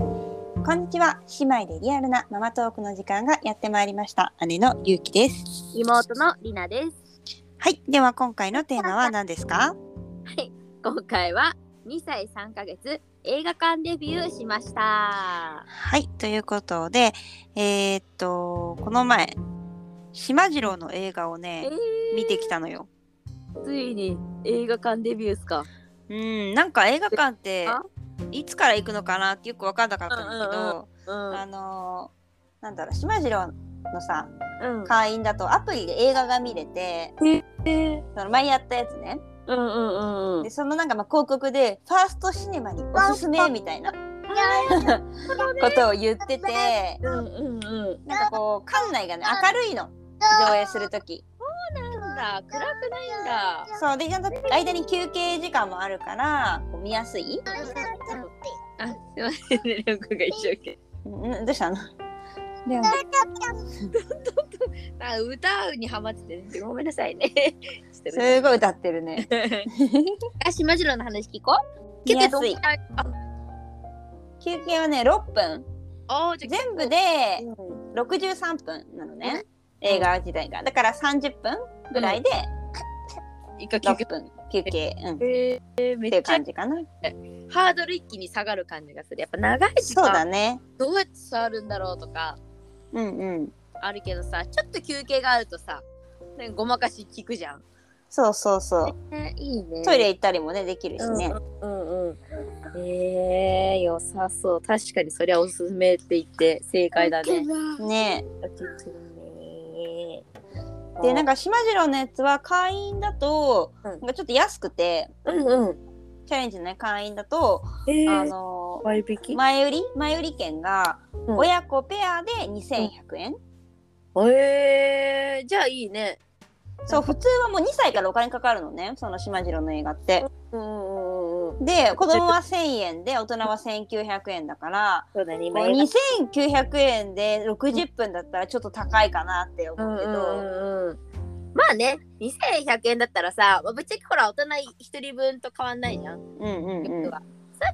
こんにちは姉妹でリアルなママトークの時間がやってまいりました姉のゆうきです妹のりなです。はいでは今回のテーマは何ですか今回は2歳3ヶ月映画館デビューしました。はいということでえーっとこの前島次郎の映画をね見てきたのよついに映画館デビューっすか。うんなんか映画館ってあいつから行くのかなってよく分かんなかったんだけうんど、うんあのーなんだろう島次郎のさうん会員だとアプリで映画が見れてえその前やったやつねうんうんうんうん。でそのなんかまあ広告でファーストシネマにおすすめみたいなことを言っててうんうんうん。なんかこう館内がね明るいの上映する時なんだ暗くないんだ。そうでちゃんと間に休憩時間もあるからこう見やすい、あすいませんねりょうくんが一生懸うん、どうしたので命あ歌うにハマってて、ごめんなさいね。ちょっとすごい歌ってるねあ島次郎の話聞こう。見やどんすいくらいあ休憩はね6分あーじゃあ全部で63分なのね映画自体がだから30分ぐらいで一回聞6分休憩、うん、っえー、めていうっちゃ感じかなハードル一気に下がる感じがするやっぱ長い時そうだ間ねどうやって触るんだろうとかうんうんあるけどさちょっと休憩があるとさなんかごまかし効くじゃん、そうそうそうえいいねトイレ行ったりもねできるしね、うんうんえー、良さそう確かにそりゃおすすめって言って正解だねねででななんんかか島次郎のやつは会員だと、うんなんかちょっと安くてうんうんチャレンジの、ね、会員だと、えあー、の割引前売り前売り券がうん親子ペアで2100円、えー、じゃあいいねそう普通はもう2歳からお金かかるのねその島次郎の映画ってうんうんうんうんで子供は1000円で大人は1900円だからそうだねこう映画2900円で60分だったらちょっと高いかなってう思んううけど、んうん、まあね2100円だったらさまあぶっちゃけほら大人一人分と変わんないじゃん、うんうんうそうんだっ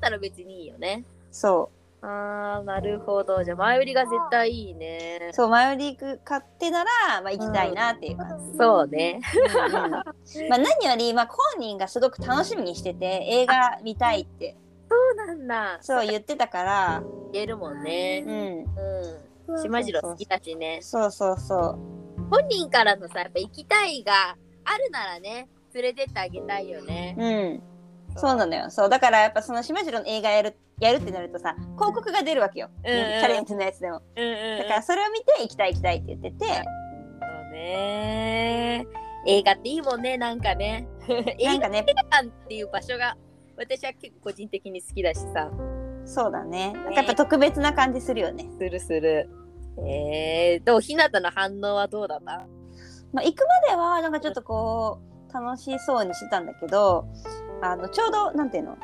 たら別にいいよねそあーなるほどじゃあ前売りが絶対いいねうそう前売り買ってなら、まあ、行きたいなっていう感じ、そうねうんまあ何より、まあ、本人がすごく楽しみにしてて映画見たいってそうなんだそう言ってたから、言えるもんねうん、うん島次郎好きだしねそうそうそ本人からのさやっぱ行きたいがあるならね連れてってあげたいよねう、うん、そうなのよそうだからやっぱその島次郎の映画やるやるってなるとさ広告が出るわけよ、うんうんチャレンジのやつでもうんうんだからそれを見て行きたい行きたいって言ってて、そうね映画っていいもんねなんかねな映んか画ね館っていう場所が私は結構個人的に好きだしさそうだねなんかやっぱ特別な感じするよね、するするえー、どうひなたの反応はどうだったまあ、行くまではなんかちょっとこう楽しそうにしてたんだけどあのちょうどなんていうの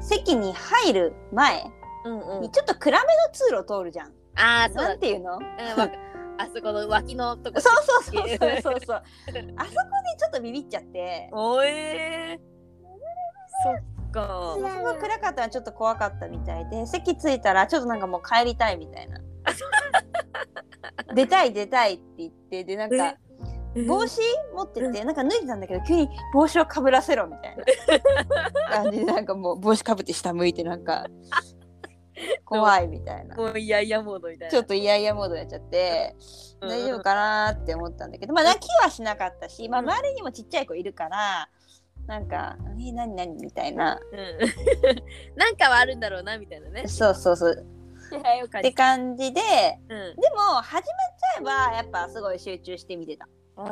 席に入る前うんうちょっと暗めの通路を通るじゃん。ああそうなだんていうのうんわかあそこの脇のとこそうそうそうそうそう そう。あそこでちょっとビビっちゃって、おえー、そっかそこが暗かったらちょっと怖かったみたいで、席着いたらちょっとなんかもう帰りたいみたい な。出たい出たいって言って、でなんか帽子持ってて、なんか脱いでたんだけど、急に帽子をかぶらせろみたい な感じで、なんかもう帽子かぶって下向いてなんか、怖いみたいな。もういやいやモードみたいなちょっとイヤイヤモードやっちゃって、うん大丈夫かなって思ったんだけど、まあ、泣きはしなかったし、まあ、うん周りにもちっちゃい子いるからなんか「え何何?」みたいなうん なんかはあるんだろうなみたいな ねそうそうそう気配を感っじて感じでうんでも始まっちゃえばやっぱすごい集中して見てた。あ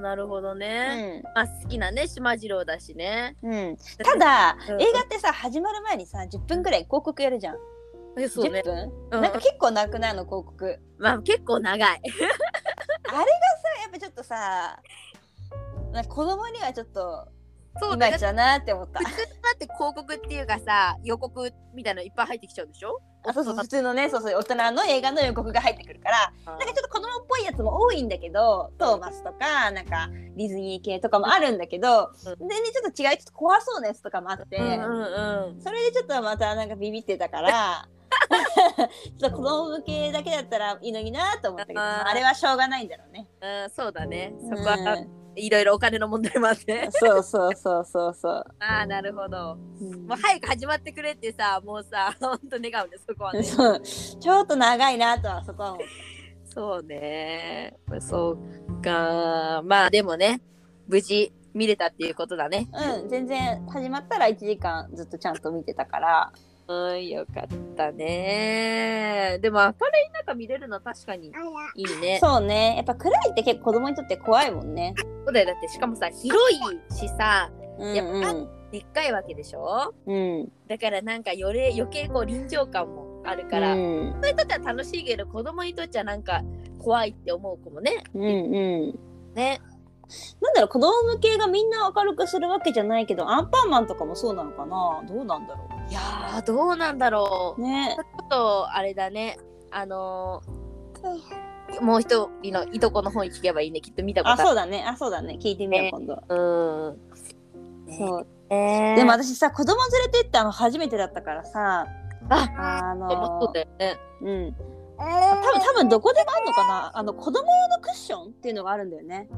ーなるほどうね、んまあ好きなね島次郎だしねうん、ただ、うん映画ってさ始まる前にさ10分ぐらい広告やるじゃん、えそうね10、分、うんなんか結構なくないの広告やっまあ結構長いぱちょっとさなんか子供にはちょっとそいうまだいちだだなって思った普通だって広告っていうかさ予告みたいなのいっぱい入ってきちゃうでしょあそうそう普通のねそうそう大人の映画の予告が入ってくるからななんかちょっと子供っぽいやつも多いんだけどトーマスとかなんかディズニー系とかもあるんだけどうん全然、ちょっと違いちょっと怖そうなやつとかもあって、うんうんうんそれでちょっとまたなんかビビってたから ちょっと子供向けだけだったらいいのになと思ったけどあーまああれはしょうがないんだろうね。うん、そうだね。そこうは、んいろいろお金の問題もあって。そうそうそうそうそう。ああ、なるほど。うんもう早く始まってくれってさ、もうさ、ほんと願うね、そこは ね。そうちょっと長いなとはそこは思う。そうね。そうか。まあでもね、無事見れたっていうことだね。うん、全然始まったら1時間ずっとちゃんと見てたから、うん、よかったね。でも明るい中見れるのは確かにいいね。そそうねやっぱ暗いって結構子供にとって怖いもんねうだよ。だってしかもさ、広いしさ、うんやっでっかいわけでしょうんうんだからなんかよれ余計こう臨場感もあるから、うんそれにとっては楽しいけど子供にとっちゃなんか怖いって思う子もね。うんうんね。なんだろう子供向けがみんな明るくするわけじゃないけどアンパンマンとかもそうなのかなどうなんだろいやーどうなんだろうう。ねちょっとあれだね。あのー、もう一人のいとこの方に聞けばいいね。きっと見たこあとあそうる。だねあそうだね聞いてみようね今度、うん。そうえでも私さ子供連れてってあの初めてだったからさああのでもそうだよね。うん多分多分どこでもあるのかなあの子供用のクッションっていうのがあるんだよね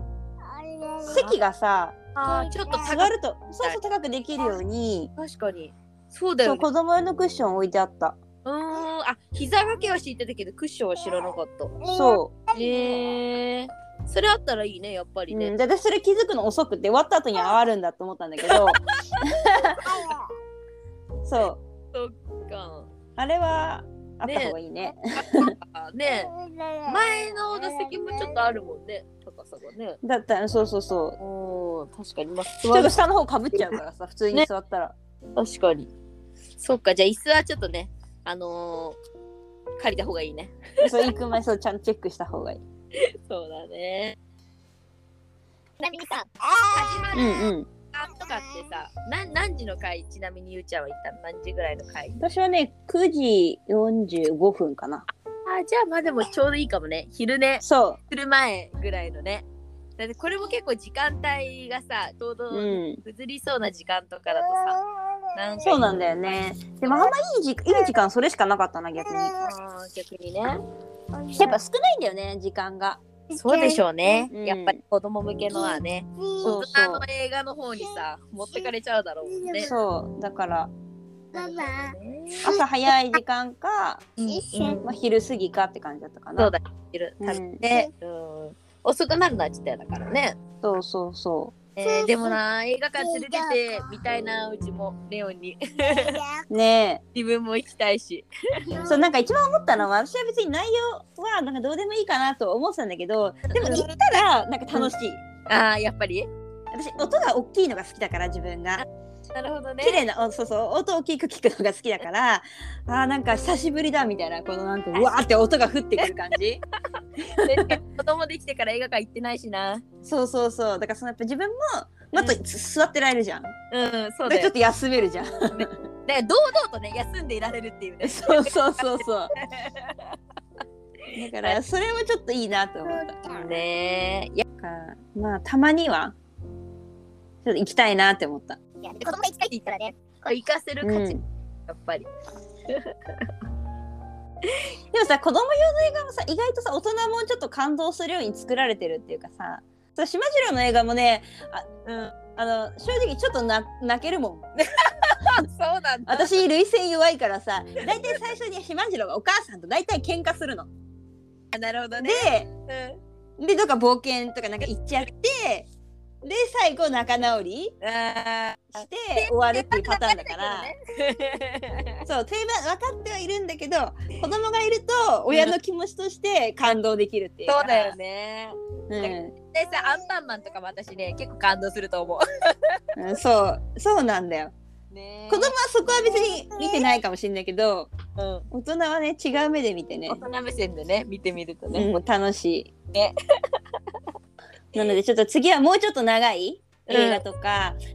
席がさあーちょっと下下ががるるとそうそう高くできるように確かにそうだそようね子供用のクッション置いてあったうーんあ膝掛けは敷いてたけどクッションは知らなかったそへえそれあったらいいねやっぱう、りうねん、で私それ気づくの遅くて終わった後にああるんだと思ったんだけ どそうかあれはあった方がいいねあね前の打席もちょっとあるもんね高さがねだったらそうそうそううん確かにまあちょっと下の方かぶっちゃうからさ普通に座ったら、確かにそっかじゃあ椅子はちょっとねあのー、借りた方がいいねそう行く前そうちゃんとチェックした方がいいそうだねちなみにさ、始まるうんうんとかってさな何時の回ちなみにゆうちゃんは行ったの何時ぐらいの回私はね9時45分かなあじゃあまあでもちょうどいいかもね昼寝そする前ぐらいのねだってこれも結構時間帯がさちょうどううん崩りそうな時間とかだとさ、なんかそうなんだよねでもあんまいい時いい時間それしかなかったな逆にやあー逆にねっぱ少ないんだよね時間がそうでしょうね、うんやっぱり子供向けのはねそ大う人の映画の方にさ持ってかれちゃうだろうもんねそうだからママ、朝早い時間か、うんうんまあ、昼過ぎかって感じだったかなそうだ昼うん食べて、うん遅くなるのはちょっとやだからねそうそうそえー、でもな映画館連れてってみたいなうちもレオンに うね自分も行きたいしえそうなんか一番思ったのは私は別に内容はなんかどうでもいいかなと思ってたんだけどでも行ったらなんか楽しい、ああやっぱり私音が大きいのが好きだから自分がなるほどね綺麗なおそうそう音大きく聞くのが好きだからあーなんか久しぶりだみたいなこのなんかうわーって音が降ってくる感じ 子供できてから映画館行ってないしなそうそうそうだからそのやっぱ自分ももっと座ってられるじゃん、うんそだかうだら ちょよっと休めるじゃんだから堂々とね休んでいられるっていうねそうそうそう そうだからそれはちょっといいなと思った。ねえいやだからまあたまにはちょっと行きたいなって思った。子供行きたいって言ったらね。行かせるう価ん、値、でやっぱりもさ子供用の映画もさ意外とさ大人もちょっと感動するように作られてるっていうかさそう島次郎の映画もねあ,、うん、あの正直ちょっとな泣けるもん。そうなんだ私涙腺弱いからさ大体最初に島次郎がお母さんと大体喧嘩するの。なるほどねでうんでどっか冒険とかなんか行っちゃってで最後仲直りあして終わるっていうパターンだから。ーそう定番分かってはいるんだけど子供がいると親の気持ちとして感動できるっていうか そうだよ、ねうん でさアンパンマンとかも私ね結構感動すると思うん、そうそうなんだようね子供はそこは別に見てないかもしれないけどうん大人はね違う目で見てね大、人目線でね見てみるとね、うん、楽しい、 なのでちょっと次はもうちょっと長い映画とか、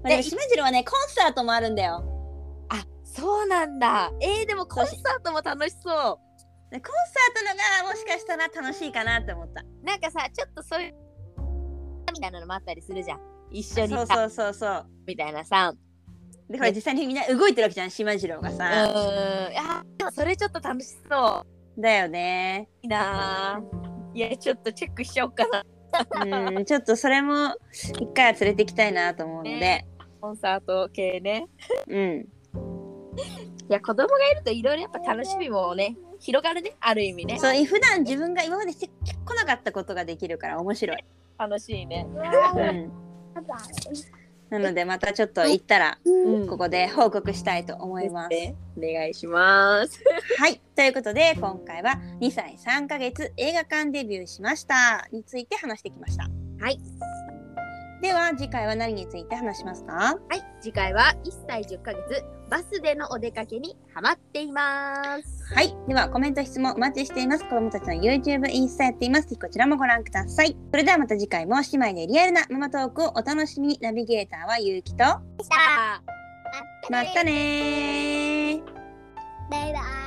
まあ、でもね島次郎はねコンサートもあるんだよあそうなんだえー、でもコンサートも楽しそうでコンサートのがもしかしたら楽しいかなって思ったなんかさちょっとそういうみたいなのもあったりするじゃん一緒にそうさそうそうそうみたいなさでほら実際にみんな動いてるわけじゃん島次郎がうさ、ん。いや、でもそれちょっと楽しそう。だよねいいなぁ。いや、ちょっとチェックしちゃおうかな。 うんちょっとそれも一回は連れてきたいなと思うので、ねコンサート系ね。うんいや、子供がいるといろいろやっぱ楽しみもね、広がるね、ある意味ね。そう普段自分が今までしてこなかったことができるから面白い、楽しいね。うわん、なのでまたちょっと行ったらうんここで報告したいと思います、お願いします。はい、ということで今回は2歳3ヶ月映画館デビューしましたについて話してきました。はい。では次回は何について話しますか？はい、次回は1歳10ヶ月バスでのお出かけにハマっています。はい、ではコメント質問お待ちしています。子どもたちの YouTube インスタやっています。ぜひこちらもご覧ください。それではまた次回も姉妹でリアルなママトークをお楽しみに。ナビゲーターはゆうきとでしたまたねー。バイバイ